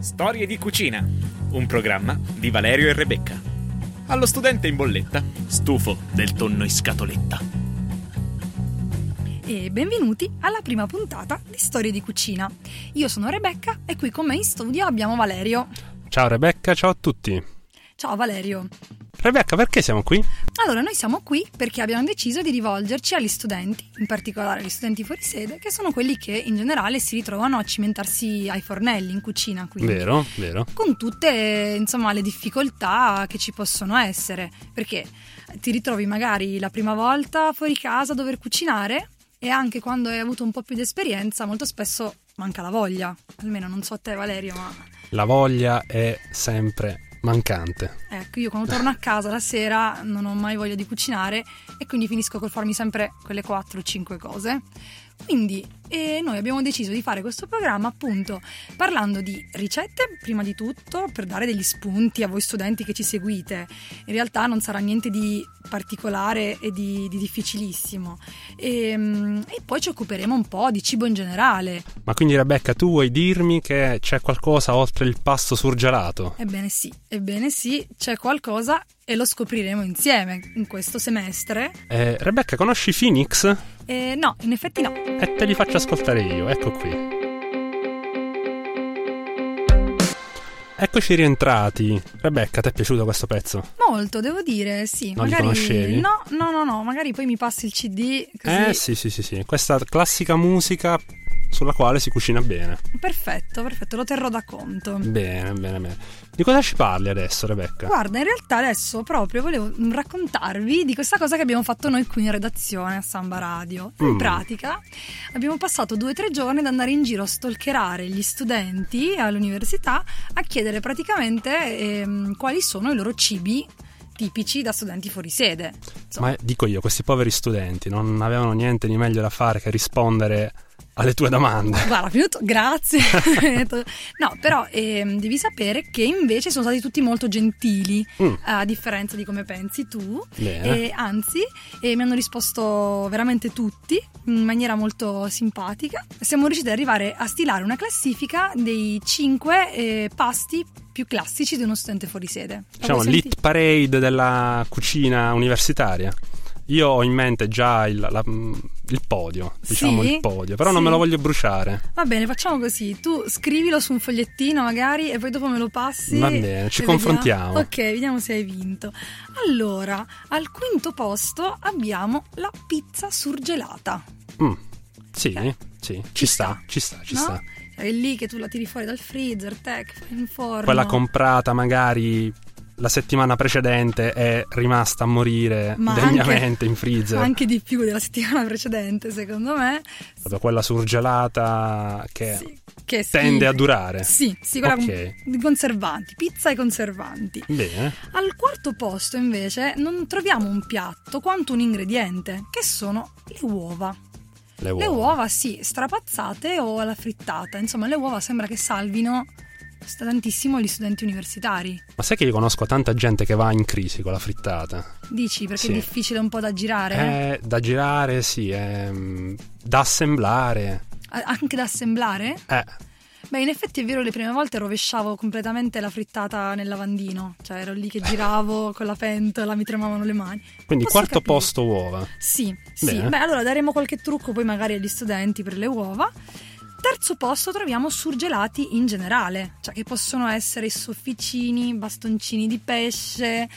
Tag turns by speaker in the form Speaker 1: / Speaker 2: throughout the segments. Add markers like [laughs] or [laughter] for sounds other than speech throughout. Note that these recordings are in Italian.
Speaker 1: Storie di cucina, un programma di Valerio e Rebecca. Allo studente in bolletta, stufo del tonno in scatoletta.
Speaker 2: e benvenuti alla prima puntata di Storie di Cucina. Io sono Rebecca e qui con me in studio abbiamo Valerio.
Speaker 3: Ciao Rebecca, ciao a tutti.
Speaker 2: Ciao Valerio.
Speaker 3: Rebecca, perché siamo qui?
Speaker 2: Allora, noi siamo qui perché abbiamo deciso di rivolgerci agli studenti, in particolare agli studenti fuori sede, che sono quelli che in generale si ritrovano a cimentarsi ai fornelli in cucina. Quindi.
Speaker 3: Vero, vero.
Speaker 2: Con tutte insomma, le difficoltà che ci possono essere, perché ti ritrovi magari la prima volta fuori casa a dover cucinare e anche quando hai avuto un po' più di esperienza molto spesso manca la voglia, almeno non so te Valerio, ma
Speaker 3: La voglia è sempre mancante.
Speaker 2: Ecco, io quando torno a casa la sera non ho mai voglia di cucinare e quindi finisco col farmi sempre quelle 4 o 5 cose. Quindi eh, noi abbiamo deciso di fare questo programma appunto parlando di ricette, prima di tutto, per dare degli spunti a voi studenti che ci seguite. In realtà non sarà niente di particolare e di, di difficilissimo. Ehm, E, poi ci occuperemo un po' di cibo in generale.
Speaker 3: Ma quindi Rebecca, tu vuoi dirmi che c'è qualcosa oltre il pasto surgelato?
Speaker 2: Ebbene sì, ebbene sì, c'è qualcosa e lo scopriremo insieme in questo semestre.
Speaker 3: Eh, Rebecca, conosci Phoenix? E
Speaker 2: Eh, no, in effetti no.
Speaker 3: te li faccio ascoltare io, ecco qui. Eccoci rientrati. Rebecca, ti è piaciuto questo pezzo?
Speaker 2: Molto, devo dire, sì.
Speaker 3: Non li
Speaker 2: magari...
Speaker 3: conoscevi?
Speaker 2: No, no, no, no, magari poi mi passi il CD così.
Speaker 3: Eh sì, sì, sì, sì. Questa classica musica sulla quale si cucina bene.
Speaker 2: Perfetto, perfetto, lo terrò da conto.
Speaker 3: Bene, bene, bene. Di cosa ci parli adesso, Rebecca?
Speaker 2: Guarda, in realtà adesso proprio volevo mm, raccontarvi di questa cosa che abbiamo fatto noi qui in redazione a Samba Radio. In
Speaker 3: Mm.
Speaker 2: pratica abbiamo passato due o tre giorni ad andare in giro a stalkerare gli studenti all'università a chiedere praticamente ehm, quali sono i loro cibi tipici da studenti fuori sede. Insomma,
Speaker 3: Ma dico io, questi poveri studenti non avevano niente di meglio da fare che rispondere alle tue
Speaker 2: [laughs]
Speaker 3: domande.
Speaker 2: Guarda, prima di tutto-
Speaker 3: [laughs]
Speaker 2: grazie. no, però ehm, devi sapere che invece sono stati tutti molto gentili,
Speaker 3: Mm. Eh.
Speaker 2: a differenza di come pensi tu.
Speaker 3: Bene.
Speaker 2: E anzi, eh, mi hanno risposto veramente tutti in maniera molto simpatica. Siamo riusciti ad arrivare a stilare una classifica dei 5 pasti più classici di uno studente fuori sede. La
Speaker 3: diciamo,
Speaker 2: vuoi
Speaker 3: l'it parade della cucina universitaria. Io ho in mente già il, la- mm, il podio, diciamo
Speaker 2: Sì?
Speaker 3: il podio, però non
Speaker 2: Sì.
Speaker 3: me lo voglio bruciare.
Speaker 2: Va bene, facciamo così. Tu scrivilo su un fogliettino magari e poi dopo me lo passi.
Speaker 3: Va bene, ci
Speaker 2: E
Speaker 3: confrontiamo.
Speaker 2: vediamo- Ok, vediamo se hai vinto. Allora, al quinto posto abbiamo la pizza surgelata.
Speaker 3: Mm. Sì,
Speaker 2: Eh.
Speaker 3: sì, ci,
Speaker 2: Ci
Speaker 3: sta,
Speaker 2: sta.
Speaker 3: ci sta, ci
Speaker 2: no?
Speaker 3: sta.
Speaker 2: Cioè, è lì che tu la tiri fuori dal freezer, tec, fai in forno.
Speaker 3: Quella comprata magari la settimana precedente è rimasta a morire
Speaker 2: Ma
Speaker 3: degnamente
Speaker 2: anche-
Speaker 3: in freezer.
Speaker 2: Anche di più della settimana precedente, secondo me.
Speaker 3: Proprio quella surgelata che
Speaker 2: Sì, che schifo.
Speaker 3: Eh, tende a durare.
Speaker 2: Sì, sì, quella
Speaker 3: Ok.
Speaker 2: con- di conservanti, pizza e conservanti.
Speaker 3: Bene.
Speaker 2: Al quarto posto invece non troviamo un piatto quanto un ingrediente, che sono le uova.
Speaker 3: Le uova.
Speaker 2: Le uova sì, strapazzate o alla frittata, insomma le uova sembra che salvino st- tantissimo gli studenti universitari.
Speaker 3: Ma sai che io conosco tanta gente che va in crisi con la frittata?
Speaker 2: Dici perché
Speaker 3: Sì. Eh.
Speaker 2: è difficile un po' da girare,
Speaker 3: È da girare, sì, è mm, da assemblare.
Speaker 2: a- anche da assemblare?
Speaker 3: Eh,
Speaker 2: Beh in effetti è vero, le prime volte rovesciavo completamente la frittata nel lavandino, cioè ero lì che giravo con la pentola, mi tremavano le mani.
Speaker 3: quindi
Speaker 2: Posso
Speaker 3: quarto
Speaker 2: capire.
Speaker 3: posto uova.
Speaker 2: Sì, sì.
Speaker 3: Bene.
Speaker 2: Beh, allora daremo qualche trucco poi magari agli studenti per le uova. Terzo posto troviamo surgelati in generale, cioè che possono essere sofficini, bastoncini di pesce, eh,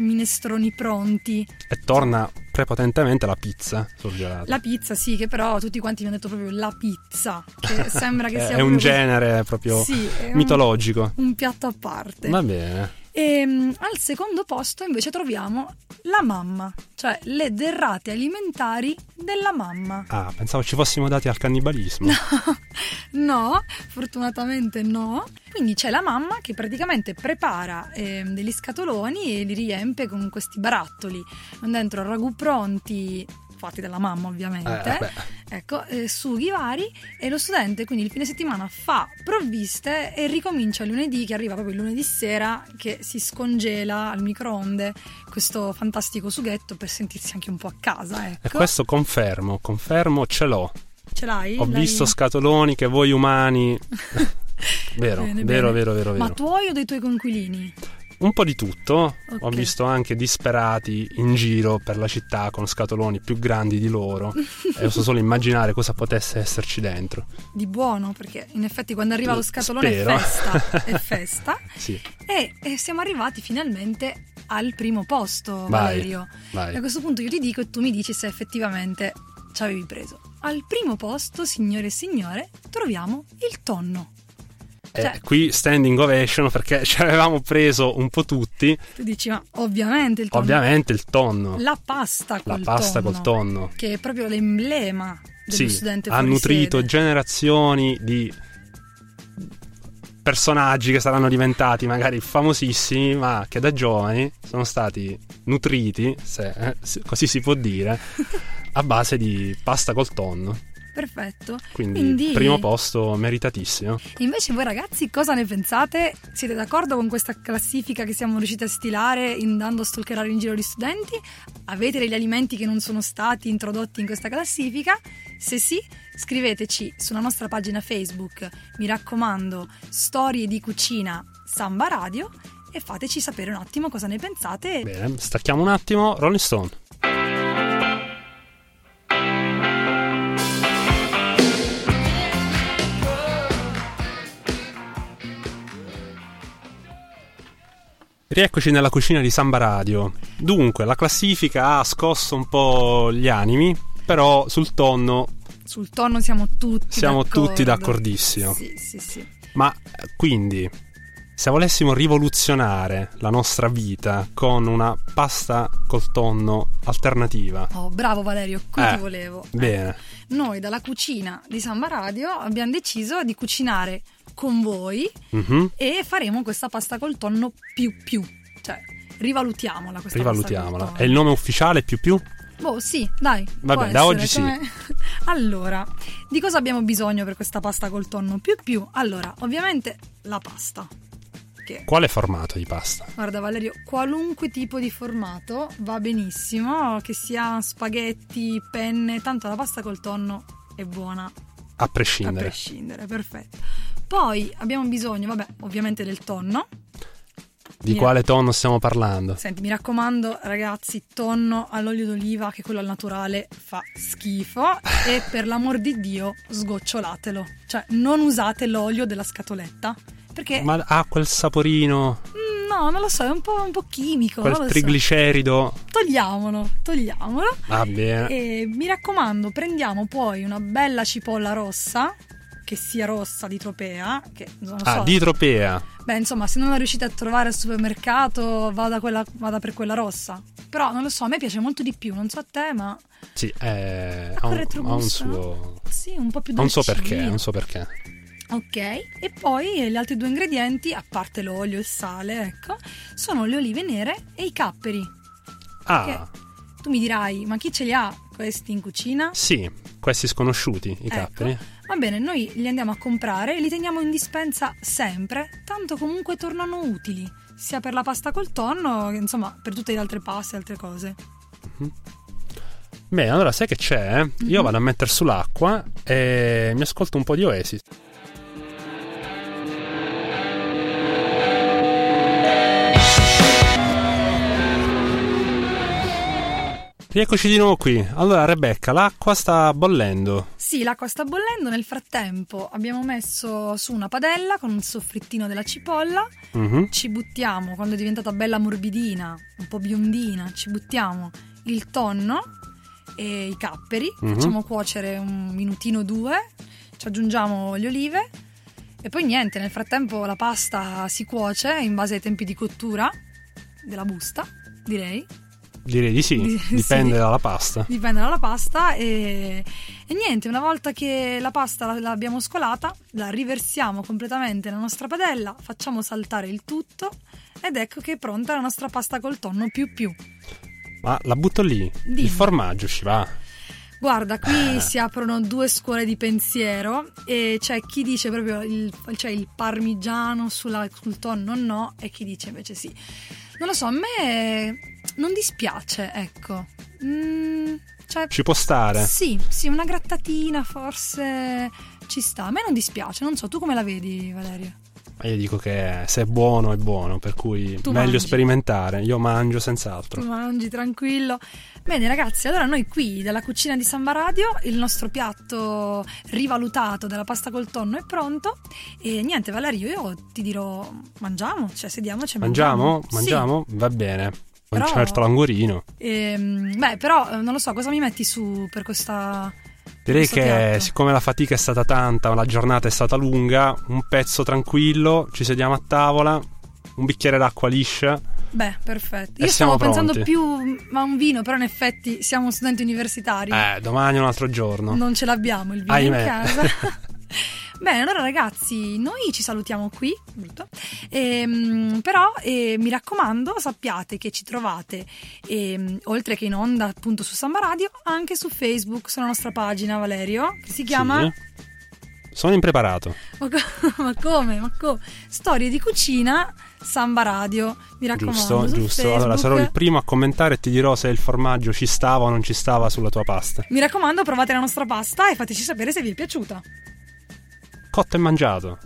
Speaker 2: minestroni pronti.
Speaker 3: E torna prepotentemente la pizza surgelata.
Speaker 2: La pizza, sì, che però tutti quanti mi hanno detto proprio la pizza, che
Speaker 3: [laughs]
Speaker 2: sembra che
Speaker 3: è,
Speaker 2: sia
Speaker 3: è un
Speaker 2: proprio-
Speaker 3: genere proprio
Speaker 2: Sì, è un-
Speaker 3: mitologico.
Speaker 2: Un piatto a parte.
Speaker 3: Va bene.
Speaker 2: Ehm, al secondo posto invece troviamo la mamma, cioè le derrate alimentari della mamma.
Speaker 3: Ah, pensavo ci fossimo dati al cannibalismo.
Speaker 2: No, fortunatamente no. Quindi c'è la mamma che praticamente prepara ehm, degli scatoloni e li riempie con questi barattoli, con dentro ragù pronti, fatti dalla mamma ovviamente,
Speaker 3: Eh, beh.
Speaker 2: ecco, eh, sughi vari e lo studente quindi il fine settimana fa provviste e ricomincia il lunedì che arriva proprio il lunedì sera che si scongela al microonde questo fantastico sughetto per sentirsi anche un po' a casa,
Speaker 3: E
Speaker 2: ecco.
Speaker 3: Eh, questo confermo, confermo, ce l'ho.
Speaker 2: Ce l'hai?
Speaker 3: Ho
Speaker 2: L'hai- [laughs]
Speaker 3: visto scatoloni che voi umani Vero,
Speaker 2: Bene, bene.
Speaker 3: vero, vero, vero, vero.
Speaker 2: Ma tuoi o dei tuoi conquilini?
Speaker 3: Un po' di tutto. Ho
Speaker 2: Ok.
Speaker 3: visto anche disperati in giro per la città con scatoloni più grandi
Speaker 2: [laughs]
Speaker 3: di loro. e so solo immaginare cosa potesse esserci dentro.
Speaker 2: Di buono, perché in effetti quando arriva lo scatolone
Speaker 3: Spero.
Speaker 2: è festa.
Speaker 3: [laughs]
Speaker 2: È festa.
Speaker 3: Sì,
Speaker 2: E, e siamo arrivati finalmente al primo posto,
Speaker 3: Vai.
Speaker 2: Valerio. E a
Speaker 3: vai.
Speaker 2: questo punto io ti dico e tu mi dici se effettivamente ci avevi preso. Al primo posto, signore e signore, troviamo il tonno. cioè-
Speaker 3: Eh, qui standing ovation perché [laughs] ci avevamo preso un po' tutti.
Speaker 2: Tu dici, ma ovviamente il tonno.
Speaker 3: Ovviamente il tonno,
Speaker 2: La pasta
Speaker 3: la
Speaker 2: col
Speaker 3: pasta
Speaker 2: tonno.
Speaker 3: col tonno.
Speaker 2: Che è proprio l'emblema dello
Speaker 3: Sì,
Speaker 2: studente
Speaker 3: ha
Speaker 2: fuori
Speaker 3: nutrito
Speaker 2: sede.
Speaker 3: generazioni di personaggi che saranno diventati magari famosissimi, ma che da giovani sono stati nutriti, se eh, si- così si
Speaker 2: [laughs]
Speaker 3: può dire, a base di pasta col tonno.
Speaker 2: Perfetto.
Speaker 3: Quindi,
Speaker 2: Quindi-
Speaker 3: primo posto meritatissimo.
Speaker 2: Invece voi ragazzi cosa ne pensate? Siete d'accordo con questa classifica che siamo riusciti a stilare andando a stalkerare in giro gli studenti? Avete degli alimenti che non sono stati introdotti in questa classifica? Se sì, scriveteci sulla nostra pagina Facebook, mi raccomando, Storie di Cucina Samba Radio e fateci sapere un attimo cosa ne pensate.
Speaker 3: Bene, stacchiamo un attimo, Rolling Stone. Rieccoci nella cucina di Samba Radio. Dunque, la classifica ha scosso un po' gli animi, però sul tonno
Speaker 2: Sul tonno siamo tutti
Speaker 3: siamo
Speaker 2: d'accordo.
Speaker 3: tutti d'accordissimo.
Speaker 2: Sì, sì, sì.
Speaker 3: Ma eh, quindi, se volessimo rivoluzionare la nostra vita con una pasta col tonno alternativa,
Speaker 2: Oh, bravo Valerio, qui
Speaker 3: Eh,
Speaker 2: ti volevo.
Speaker 3: bene,
Speaker 2: noi dalla cucina di Samba Radio abbiamo deciso di cucinare con voi
Speaker 3: mhm,
Speaker 2: e faremo questa pasta col tonno più più, cioè rivalutiamola questa
Speaker 3: rivalutiamola.
Speaker 2: pasta
Speaker 3: È
Speaker 2: col
Speaker 3: il nome ufficiale più più?
Speaker 2: tonno. Boh, sì, dai.
Speaker 3: Vabbè,
Speaker 2: può
Speaker 3: da oggi sì.
Speaker 2: essere, come- [laughs] allora, di cosa abbiamo bisogno per questa pasta col tonno più più? Allora, ovviamente la pasta. Che
Speaker 3: Quale formato di pasta?
Speaker 2: Guarda Valerio, qualunque tipo di formato va benissimo, che sia spaghetti, penne, tanto la pasta col tonno è buona
Speaker 3: A
Speaker 2: A
Speaker 3: prescindere.
Speaker 2: prescindere, perfetto. Poi abbiamo bisogno, vabbè, ovviamente del tonno.
Speaker 3: Di
Speaker 2: Mira.
Speaker 3: quale tonno stiamo parlando?
Speaker 2: Senti, mi raccomando, ragazzi, tonno all'olio d'oliva, che quello al naturale fa schifo. e per l'amor di Dio, sgocciolatelo. Cioè, non usate l'olio della scatoletta. Perché,
Speaker 3: Ma ha quel saporino,
Speaker 2: Mm, no, non lo so, è un po', un po' chimico. non
Speaker 3: quel
Speaker 2: lo so.
Speaker 3: triglicerido.
Speaker 2: Togliamolo, togliamolo.
Speaker 3: Va bene.
Speaker 2: E mi raccomando, prendiamo poi una bella cipolla rossa, che sia rossa di tropea, che non lo
Speaker 3: Ah,
Speaker 2: so,
Speaker 3: di tropea.
Speaker 2: Beh, insomma, se non la riuscite a trovare al supermercato, vada, quella- vada per quella rossa. Però non lo so, a me piace molto di più, non so a te, ma
Speaker 3: Sì, eh,
Speaker 2: Ma
Speaker 3: ha, un,
Speaker 2: corretto
Speaker 3: ha un
Speaker 2: gusto,
Speaker 3: suo...
Speaker 2: sì, un po' più
Speaker 3: Non so
Speaker 2: dolcino.
Speaker 3: perché, non so perché.
Speaker 2: Ok, e poi eh, gli altri due ingredienti, a parte l'olio e il sale, ecco, sono le olive nere e i capperi.
Speaker 3: Ah,
Speaker 2: Tu mi dirai, ma chi ce li ha questi in cucina?
Speaker 3: sì, questi sconosciuti, i
Speaker 2: Ecco.
Speaker 3: capperi.
Speaker 2: Va bene, noi li andiamo a comprare e li teniamo in dispensa sempre, tanto comunque tornano utili, sia per la pasta col tonno, che, insomma, per tutte le altre paste e altre cose.
Speaker 3: Beh, allora sai che c'è? eh?
Speaker 2: Mhm.
Speaker 3: Io vado a mettere sull'acqua e mi ascolto un po' di Oasis. Rieccoci di nuovo qui. Allora, Rebecca, l'acqua sta bollendo.
Speaker 2: Sì, l'acqua sta bollendo, nel frattempo abbiamo messo su una padella con un soffrittino della cipolla,
Speaker 3: Mhm.
Speaker 2: ci buttiamo, quando è diventata bella morbidina, un po' biondina, ci buttiamo il tonno e i capperi,
Speaker 3: Mhm.
Speaker 2: facciamo cuocere un minutino o due, ci aggiungiamo le olive e poi niente, nel frattempo la pasta si cuoce in base ai tempi di cottura della busta, direi.
Speaker 3: Direi di sì,
Speaker 2: Di- sì.
Speaker 3: dipende dalla pasta.
Speaker 2: dipende dalla pasta e, e niente, una volta che la pasta la- l'abbiamo scolata, la riversiamo completamente nella nostra padella, facciamo saltare il tutto ed ecco che è pronta la nostra pasta col tonno più più.
Speaker 3: Ma la butto lì.
Speaker 2: Dimmi.
Speaker 3: Il formaggio ci va.
Speaker 2: Guarda, qui
Speaker 3: Ah.
Speaker 2: si aprono due scuole di pensiero e c'è chi dice proprio il, c'è il parmigiano sulla, sul tonno no e chi dice invece sì. Non lo so, a me non dispiace, ecco. Mm, Cioè,
Speaker 3: Ci può stare.
Speaker 2: sì, sì, una grattatina forse ci sta. A me non dispiace, non so, tu come la vedi, Valerio?
Speaker 3: Ma io dico che se è buono è buono, per cui
Speaker 2: Tu
Speaker 3: meglio
Speaker 2: mangi.
Speaker 3: sperimentare. Io mangio senz'altro.
Speaker 2: Tu mangi tranquillo. Bene, ragazzi, allora noi qui dalla cucina di Samba Radio il nostro piatto rivalutato della pasta col tonno è pronto. E niente, Valerio, io ti dirò: mangiamo, cioè sediamoci e
Speaker 3: Mangiamo?
Speaker 2: mangiamo. Sì.
Speaker 3: Mangiamo? Va bene. Un
Speaker 2: Però-
Speaker 3: certo langurino.
Speaker 2: Ehm, beh, però eh, non lo so, cosa mi metti su per questa.
Speaker 3: Direi
Speaker 2: Questo
Speaker 3: che
Speaker 2: piatto.
Speaker 3: siccome la fatica è stata tanta, la giornata è stata lunga, un pezzo tranquillo, ci sediamo a tavola, un bicchiere d'acqua liscia.
Speaker 2: Beh, perfetto.
Speaker 3: E
Speaker 2: Io
Speaker 3: eh, siamo
Speaker 2: stavo pensando
Speaker 3: pronti.
Speaker 2: più a un vino, però in effetti siamo studenti universitari.
Speaker 3: Eh, domani è un altro giorno.
Speaker 2: Non ce l'abbiamo il vino
Speaker 3: Ahimè.
Speaker 2: in
Speaker 3: [laughs]
Speaker 2: casa. Bene, allora ragazzi, noi ci salutiamo qui, brutto. Ehm, però eh, mi raccomando, sappiate che ci trovate, ehm, oltre che in onda appunto su Samba Radio, anche su Facebook, sulla nostra pagina Valerio, che si chiama...
Speaker 3: Sì. Sono impreparato.
Speaker 2: Ma, co- [laughs] ma come? Ma co- Storie di cucina Samba Radio, mi raccomando.
Speaker 3: Giusto,
Speaker 2: Ah, su
Speaker 3: giusto.
Speaker 2: Facebook.
Speaker 3: Allora sarò il primo a commentare e ti dirò se il formaggio ci stava o non ci stava sulla tua pasta.
Speaker 2: Mi raccomando, provate la nostra pasta e fateci sapere se vi è piaciuta.
Speaker 3: Cotto e mangiato.